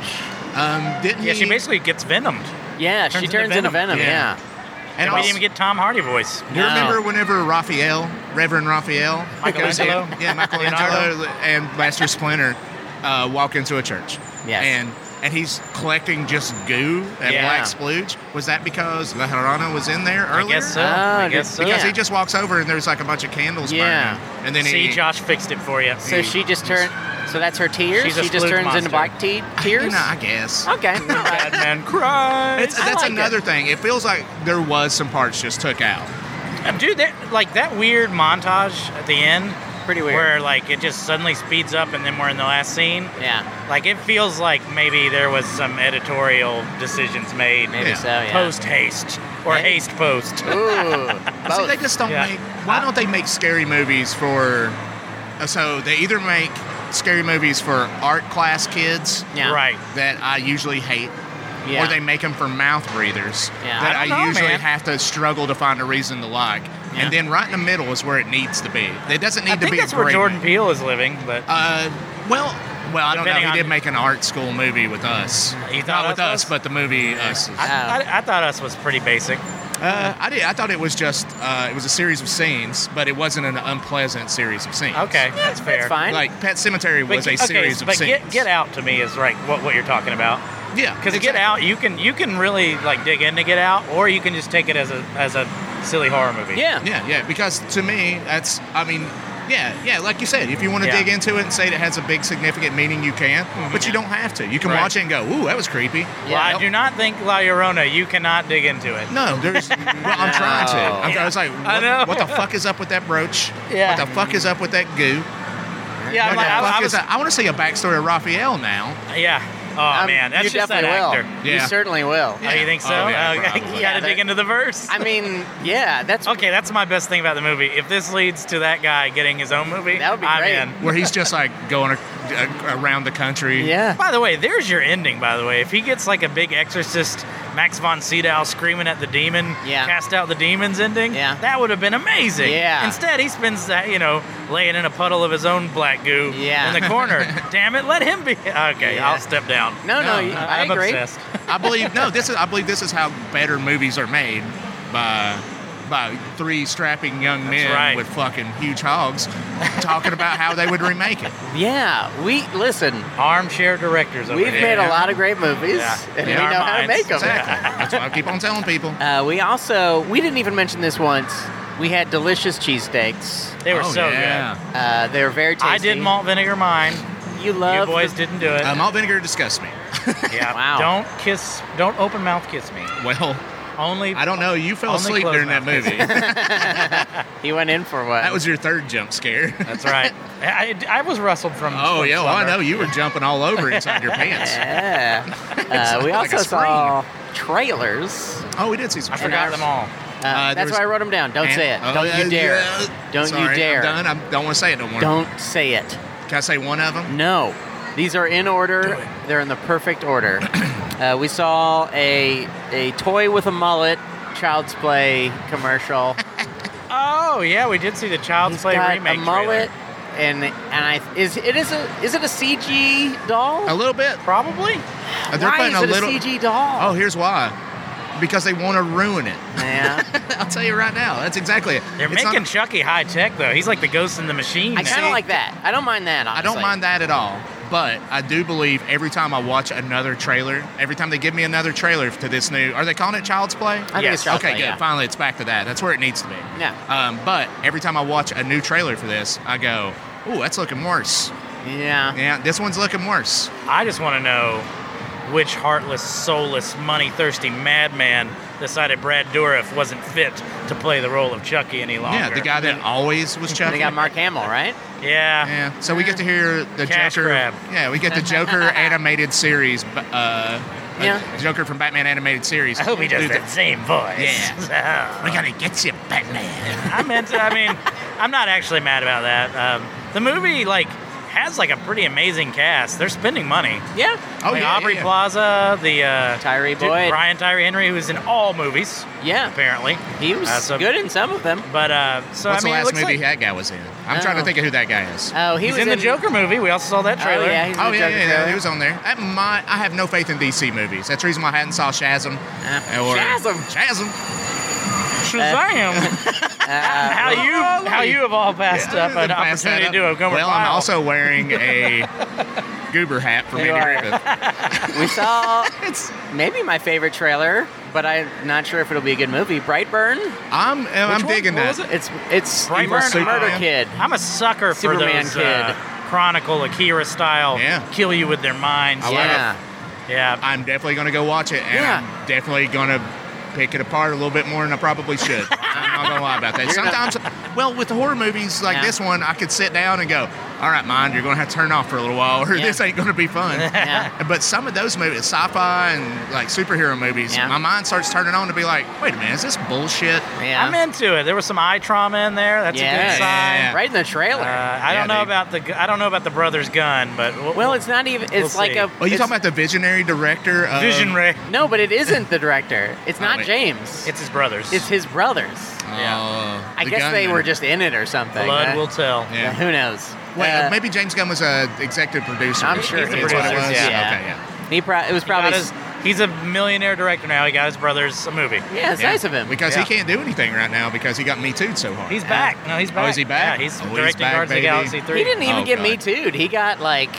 Um, didn't yeah, he- she basically gets venomed. Yeah, she Turns into turns into Venom. Venom. Yeah. Yeah. and we also- didn't even get Tom Hardy voice. Do you No. remember whenever Raphael, Reverend Raphael, goes in- Michelangelo? yeah, Michelangelo and Master Splinter uh, walk into a church, Yes. and and he's collecting just goo and Yeah. black splooge. Was that because La Llorona was in there I earlier? guess so. Oh, I guess dude, so. Because Yeah. he just walks over and there's like a bunch of candles Yeah. burning, and then See, he. Josh fixed it for you. So she just turned. So that's her tears. She's a she just splooge turns monster. into black te- You tears. know, I guess. Okay. Bad man cries. It's, I that's like it. another thing. It feels like there was some parts just took out. Dude, that, like that weird montage at the end Pretty weird. where like it just suddenly speeds up and then we're in the last scene. yeah. Like it feels like maybe there was some editorial decisions made. Maybe Yeah. so. Yeah. Post haste or Hey. haste post. Ooh. See, both. they just don't Yeah. make. Why don't they make scary movies for? uh, So they either make scary movies for art class kids yeah. Right. that I usually hate, Yeah. or they make them for mouth breathers Yeah. that I I, don't know, usually man. have to struggle to find a reason to like. Yeah. And then right in the middle is where it needs to be. It doesn't need I to think be. a that's where great Jordan movie. Peele is living, but Uh, well, well, I don't know. Depending He on- did make an art school movie with us. You thought Not with Us us, was? but the movie Us. is- Oh. I, I, I thought us was pretty basic. Uh, I did. I thought it was just uh, it was a series of scenes, but it wasn't an unpleasant series of scenes. Okay, that's fair. That's fine. Like Pet Cemetery But, was okay, a series of but scenes. get, get out to me is like what, what you're talking about. Yeah, Because Get Out, you can you can really like dig into Get Out, or you can just take it as a as a silly horror movie. yeah. Yeah, yeah. Because to me, that's. I mean, yeah, yeah. Like you said, if you want to Yeah. Mm-hmm. dig into it and say it has a big significant meaning, you can. But you don't have to. You can Right. watch it and go, "Ooh, that was creepy." Well, I do not think La Llorona. You cannot dig into it. No, there's. well, I'm trying to. No. I'm, I was like, what, I know. what the fuck is up with that brooch? Yeah. What the fuck is up with that goo? Yeah, I'm What like, the I, fuck I is was, that? I want to see a backstory of Raphael now. yeah. Oh Um, man, that's you just that definitely actor. Will. Yeah. You certainly will. Oh, you think so? Oh, yeah, Okay. probably. you Yeah, gotta dig that- into the verse. I mean, yeah. That's okay, that's my best thing about the movie. If this leads to that guy getting his own movie, That would be I'm great. in. where he's just like going a- a- around the country. Yeah. By the way, there's your ending. By the way, if he gets like a big exorcist, Max von Sydow screaming at the demon, Yeah. cast out the demons ending, Yeah. that would have been amazing. Yeah. Instead, he spends that you know laying in a puddle of his own black goo Yeah. in the corner. Damn it, let him be. Okay, Yeah. I'll step down. No, no. No, you- I I'm agree. obsessed. I believe no. This is I believe this is how better movies are made by by three strapping young men right. with fucking huge hogs talking about how they would remake Oh, it. Yeah. We listen. Armchair directors. Over We've here. made a lot of great movies, Yeah. and In we our know how minds. to make them. Exactly. That's why I keep on telling people. Uh, we also we didn't even mention this once. We had delicious cheesesteaks. They were Oh, so yeah. good. Uh, they were very tasty. I did malt vinegar mine. You love you boys didn't do it. Uh, malt vinegar disgusts me. yeah. wow. Don't kiss. Don't open mouth kiss me. Well, Only. I don't know. You fell Only asleep closed during that mouth. movie. He went in for one. that was your third jump scare. That's right. I, I I was rustled from. Oh from yeah, well, I slumber. know you were jumping all over inside your pants. Yeah. Uh, we Like also a spring. saw trailers. Oh, we did see. some I forgot trailers. them all. Uh, there that's was- why I wrote them down. Don't And- say it. oh, Don't yeah, you dare. yeah. Don't Sorry, you dare. I'm done. I don't want to say it no more. Don't say it. Can I say one of them? No. These are in order. They're in the perfect order. uh, we saw a a toy with a mullet child's play commercial. Oh yeah, we did see the Child's He's Play got remake. a mullet, trailer. and and I is it is a is it a CG doll? A little bit. Probably. Uh, They're Why putting is a it little. a CG doll? Oh, here's why. Because they want to ruin it. yeah. I'll tell you right now. That's exactly it. They're It's not- making Chucky high tech though. He's like the Ghost in the Machine. I now. kind of like that. I don't mind that. I Honestly. don't mind that at all. But I do believe every time I watch another trailer, every time they give me another trailer to this new, are they calling it Child's Play? I think Yes. it's Child's okay, Play, good. yeah. Finally, it's back to that. That's where it needs to be. Yeah. Um, but every time I watch a new trailer for this, I go, "Ooh, that's looking worse." Yeah. Yeah, this one's looking worse. I just want to know which heartless, soulless, money thirsty madman decided Brad Dourif wasn't fit to play the role of Chucky any longer. Yeah, the guy that always And was they Chucky. got Mark Hamill, right? Yeah. Yeah, so we get to hear the Cash Joker. grab. Yeah, we get the Joker animated series. bu- Uh, Yeah. uh, Joker from Batman animated series. I hope he does Do the- that same voice. Oh. Yeah. We gotta get you, Batman. I meant to, I mean, I'm not actually mad about that. Um, the movie, like, has, like, a pretty amazing cast. They're spending money. Yeah. Oh like yeah, Aubrey yeah. Plaza, the... Uh, Tyree dude, Boyd. Brian Tyree Henry, who's in all movies, Yeah. apparently. He was Uh, so- good in some of them. But, uh, so, I What's mean, the it last looks movie like that guy was in? I'm trying Oh. to think of who that guy is. Oh, he he's was in the Joker movie. We also saw that trailer. Oh, yeah. He's in Oh the yeah, Joker yeah, yeah, trailer. he was on there. At my, I have no faith in DC movies. That's the reason why I hadn't saw Shazam. Uh, or- Shazam. Shazam. Shazam! Uh, how you how you have all passed Yeah, up an pass opportunity that up. to have come Well, with I'm Lyle. also wearing a goober hat from Andy You are. Griffith. we saw It's, maybe my favorite trailer, but I'm not sure if it'll be a good movie. Brightburn. I'm, I'm Which one? digging What was it? that. It's it's Brightburn? Murder Superman. Kid. I'm a sucker for Superman those kid. uh, Chronicle Akira style. Yeah. Kill you with their minds. I like yeah. yeah. I'm definitely going to go watch it, and Yeah. I'm definitely going to pick it apart a little bit more than I probably should. I'm not going to lie about that. Sometimes, well, with the horror movies like Yeah. this one, I could sit down and go, all right, mind, you're going to have to turn off for a little while, or Yeah. this ain't going to be fun. yeah. but some of those movies, sci-fi and like superhero movies, Yeah. my mind starts turning on to be like, wait a minute, is this bullshit? Yeah. I'm into it. There was some eye trauma in there. That's a Yeah. good sign. right in the trailer. Uh, I Yeah, don't know dude. about the gu- I don't know about the brother's gun, but w- well, it's not even. It's We'll like see. a. Oh, you it's- talking about the visionary director? Of, Vision Ray. No, but it isn't the director. It's Oh, not wait. James. It's It's his brothers. it's his brothers. uh, yeah. I guess they were just in it or something. blood Uh, will tell. Yeah. uh, who knows? Wait, Uh, maybe James Gunn was a executive producer. I'm sure Is he what it was, was? yeah. Okay, yeah. He pro- it was He got probably. his- he's a millionaire director now. He got his brothers a movie. yeah, it's Yeah, nice of him. Because Yeah. he can't do anything right now because he got me too so hard. He's Yeah. back. No, he's back. Oh, is he back? Yeah, he's Oh, he's directing back, Guardians of the baby. Galaxy Three. He didn't even Oh, get God. me too'd. He got like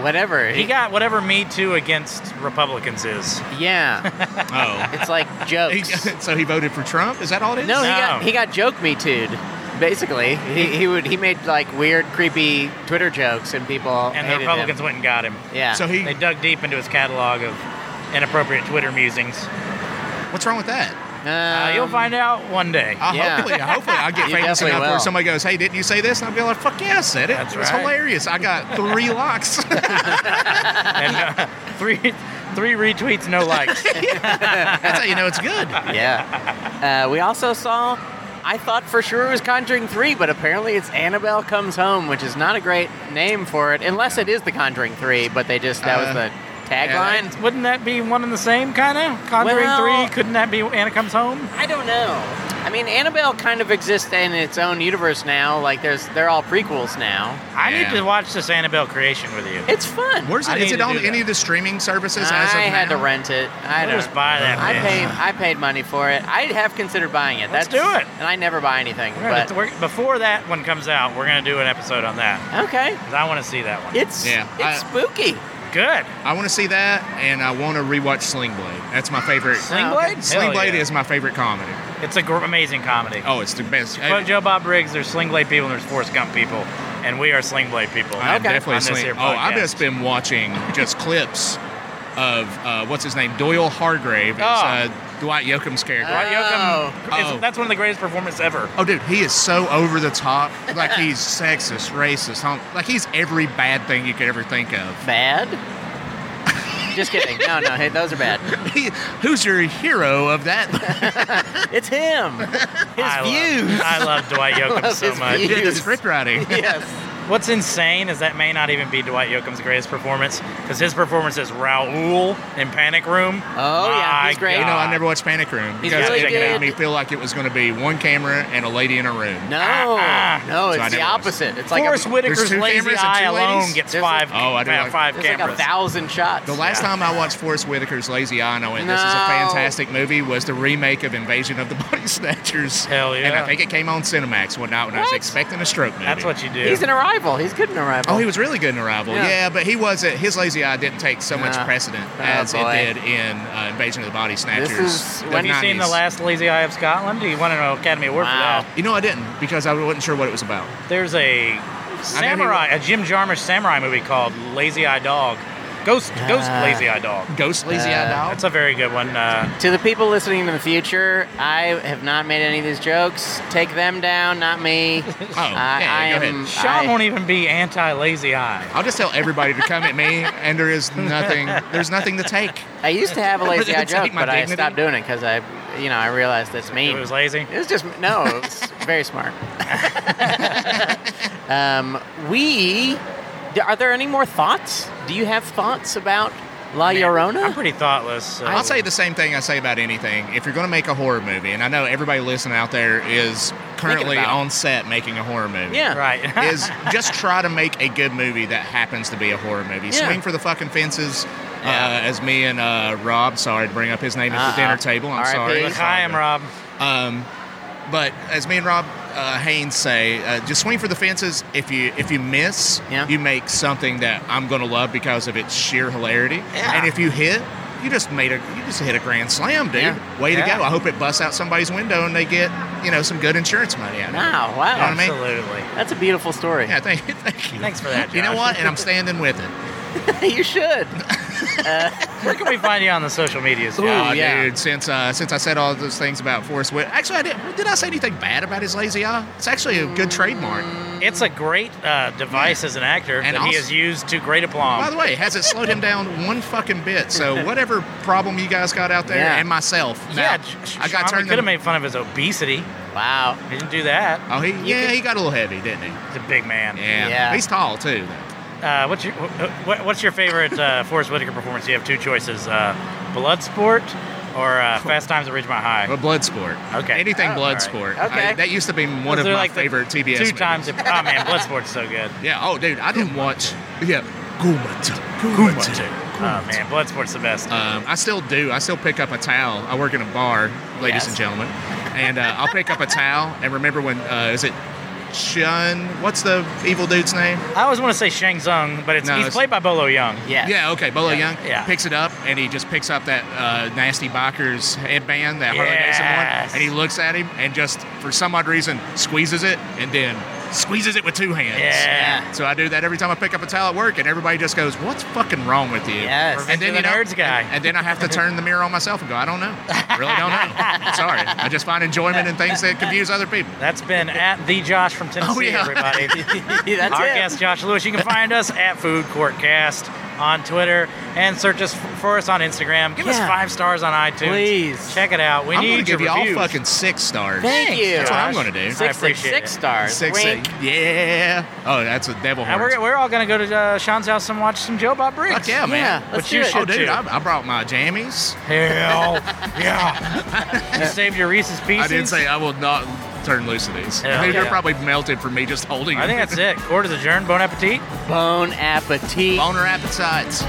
whatever. He got whatever Me Too against Republicans is. Yeah, oh. it's like He- jokes. so he voted for Trump? Is that all it is? No, he No. got he got joke me too'd. Basically, he, he would he made like weird, creepy Twitter jokes, and people And the hated Republicans Him. went and got him. Yeah. So he. They dug deep into his catalog of inappropriate Twitter musings. What's wrong with that? Uh, you'll find out one day. Uh, Yeah. Hopefully, hopefully, I get You famous definitely enough where will. somebody goes, "Hey, didn't you say this?" And I'll be like, "Fuck yeah, I said it. That's it was right. hilarious. I got three likes." and uh, three, three retweets, no likes. That's how you know it's good. Yeah. Uh, we also saw. I thought for sure it was Conjuring Three, but apparently it's Annabelle Comes Home, which is not a great name for it, unless it is the Conjuring Three. But they just that was Uh, the yeah, tagline. And wouldn't that be one and the same, kind of? Conjuring Well- three, couldn't that be Anna comes home? I don't know. I mean, Annabelle kind of exists in its own universe now. Like, there's they're all prequels now. I Yeah. need to watch this Annabelle creation with you. It's fun. Where's I it? Is need it to on do that. any of the streaming services? I as of had to now? rent it. I We'll don't. just buy that. I bitch. paid. I paid money for it. I have considered buying it. Let's That's do it. And I never buy anything. We're gonna- But we're- before that one comes out, we're gonna do an episode on that okay, because I want to see that one. it's Yeah, it's I- spooky. Good. I want to see that, and I want to rewatch Sling Blade. That's my favorite. Sling Sling Blade? Blade. Sling Blade is my favorite comedy. Oh, It's a gr- amazing comedy. Oh, it's the best. Fuck Joe Bob Briggs, there's Sling Blade people, and there's Forrest Gump people, and we are Sling Blade people. I'm Okay. definitely On this sling- here Oh, I've podcast. just been watching just clips of uh, what's his name, Doyle Hargrave, is, Oh. uh, Dwight Yoakam's character. Dwight Yoakam, Oh. is- Oh. that's one of the greatest performances ever. Oh, dude, he is so over the top. Like he's sexist, racist, hom- like he's every bad thing you could ever think of. Bad. Just kidding. No, no, hey, those are bad. He, who's your hero of that? It's him. His I views. Love, I love Dwight Yoakam love so his much. views. Dude, the script writing. yes. What's insane is that may not even be Dwight Yoakam's greatest performance because his performance as Raoul in Panic Room. Oh, yeah, My he's great. God. You know, I never watched Panic Room He's because really it good. made me feel like it was going to be one camera and a lady in a room. No, Ah, ah. no, So I it's the never watched opposite. It's like Forrest a, Whitaker's two lazy cameras and eye two alone ladies? gets There's five. like- Oh, I do five, like- five There's like cameras. a thousand shots. The last time I watched Forrest Whitaker's Lazy Eye and I went, this is No. a fantastic movie, was the remake of Invasion of the Body Snatchers. Hell And yeah. I think it came on Cinemax one night when I was What? expecting a stroke movie. That's what you do. He's an arrival. He's good in arrival. Oh, he was really good in Arrival. Yeah. Yeah, but he wasn't. His lazy eye didn't take so much Nah. precedent Oh, as boy. it did in uh, Invasion of the Body Snatchers. is- the when Have you seen the 90s. last Lazy Eye of Scotland? You won an Academy Award Wow. for You know, I didn't because I wasn't sure what it was about. that. There's a I know he- samurai, a Jim Jarmusch samurai movie called Lazy Eye Dog, Ghost, Ghost, Ah. Lazy Eye Dog. Ghost Lazy Eye Uh, Dog. That's a very good one. Uh, To the people listening in the future, I have not made any of these jokes. Take them down, not me. oh, I, yeah, I go am. ahead. Sean I- won't even be anti-lazy eye. I'll just tell everybody to come at me, and there is nothing. There's nothing to take. I used to have a lazy eye Take my joke, but I dignity. stopped doing it because I, you know, I realized that's It mean. was lazy. It was just no. It was very smart. um, we are there any more thoughts? Do you have thoughts about La I'm Llorona? pretty thoughtless. So. I'll say the same thing I say about anything. If you're going to make a horror movie, and I know everybody listening out there is currently about it. on set making a horror movie. Yeah. Right. is just try to make a good movie that happens to be a horror movie. Yeah. Swing for the fucking fences. Yeah. Uh, as me and uh, Rob, sorry to bring up his name at the Uh-uh. dinner table. I'm R.I.P. sorry. Look, hi, I'm Rob. Um, but as me and Rob uh, Haynes say, uh, just swing for the fences. If you if you miss, Yeah. you make something that I'm gonna love because of its sheer hilarity. Yeah. And if you hit, you just made a you just hit a grand slam, dude. Yeah. Way to Yeah. go! I hope it busts out somebody's window and they get you know some good insurance money out of it. Wow, wow, Yeah, I mean- Absolutely. that's a beautiful story. Yeah, thank, thank you. Thanks for that, You know Josh. what? And I'm standing with it. you should. Where can we find you on the social medias? Ooh, Oh, yeah. dude. Since uh, since I said all those things about Forrest Whitaker, actually, I did. Did I say anything bad about his lazy eye? It's actually a good trademark. It's a great uh, device as an actor And that he also- has used to great By the aplomb. way, hasn't slowed him down one fucking bit. So whatever problem you guys got out there, Yeah. and myself, Yeah, now, I I got turned. could have them- made fun of his obesity. Wow. He didn't do that. Oh, he yeah, could- he got a little heavy, didn't he? He's a big man. Yeah, Yeah. he's tall too. Uh, what's your wh- wh- What's your favorite uh, Forrest Whitaker performance? You have two choices: uh, Bloodsport or uh, Fast Times at Ridgemont High. But blood sport. Okay. Anything Oh, all blood right. sport. Okay. I- that used to be Those one of are, my like, the favorite TBS. two movies. times. If, oh man, Bloodsport's so good. Yeah. Oh, dude, I didn't watch. Yeah. Kumite. Kumite. Oh man, Bloodsport's the best. Um, I still do. I still pick up a towel. I work in a bar, ladies Yes. and gentlemen, and uh, I'll pick up a towel. And remember when uh, is it Chun? What's the evil dude's name? I always want to say Shang Tsung, but it's No, he's it's- played by Bolo Young. Yes. Yeah, okay, Bolo Yeah. Young Yeah. picks it up and he just picks up that uh, nasty biker's headband, that Harley Yes. Davidson one, and he looks at him and just for some odd reason squeezes it and then squeezes it with two hands. Yeah. So I do that every time I pick up a towel at work, and everybody just goes, "What's fucking wrong with you?" Yes. Revenge of the Nerds guy. And, and then I have to turn the mirror on myself and go, "I don't know, really don't know. Sorry, I just find enjoyment in things that confuse other people." That's been at the Josh from Tennessee, Oh, yeah. everybody. That's Our it. guest Josh Lewis. You can find us at Food Court Cast on Twitter and search us for us on Instagram. Give us Yeah. five stars on iTunes. Please. check it out. We I'm need gonna give your you all reviews. fucking six stars. Thank you. That's what I'm Josh. gonna do. Six, I six- appreciate six it. stars. Six, Wink. yeah. Oh, that's a devil And horns. we're, we're all gonna go to uh, Sean's house and watch some Joe Bob Briggs. Fuck yeah, man. Yeah, let's But do you it. should- Oh, too. dude, I, I brought my jammies. Hell yeah! you saved your Reese's Pieces. I did say I will not turn loose of these. Hell They're yeah. probably melted from me just holding I think them. that's it. Court is adjourned. Bon appetit. Bone appetit. Boner appetites.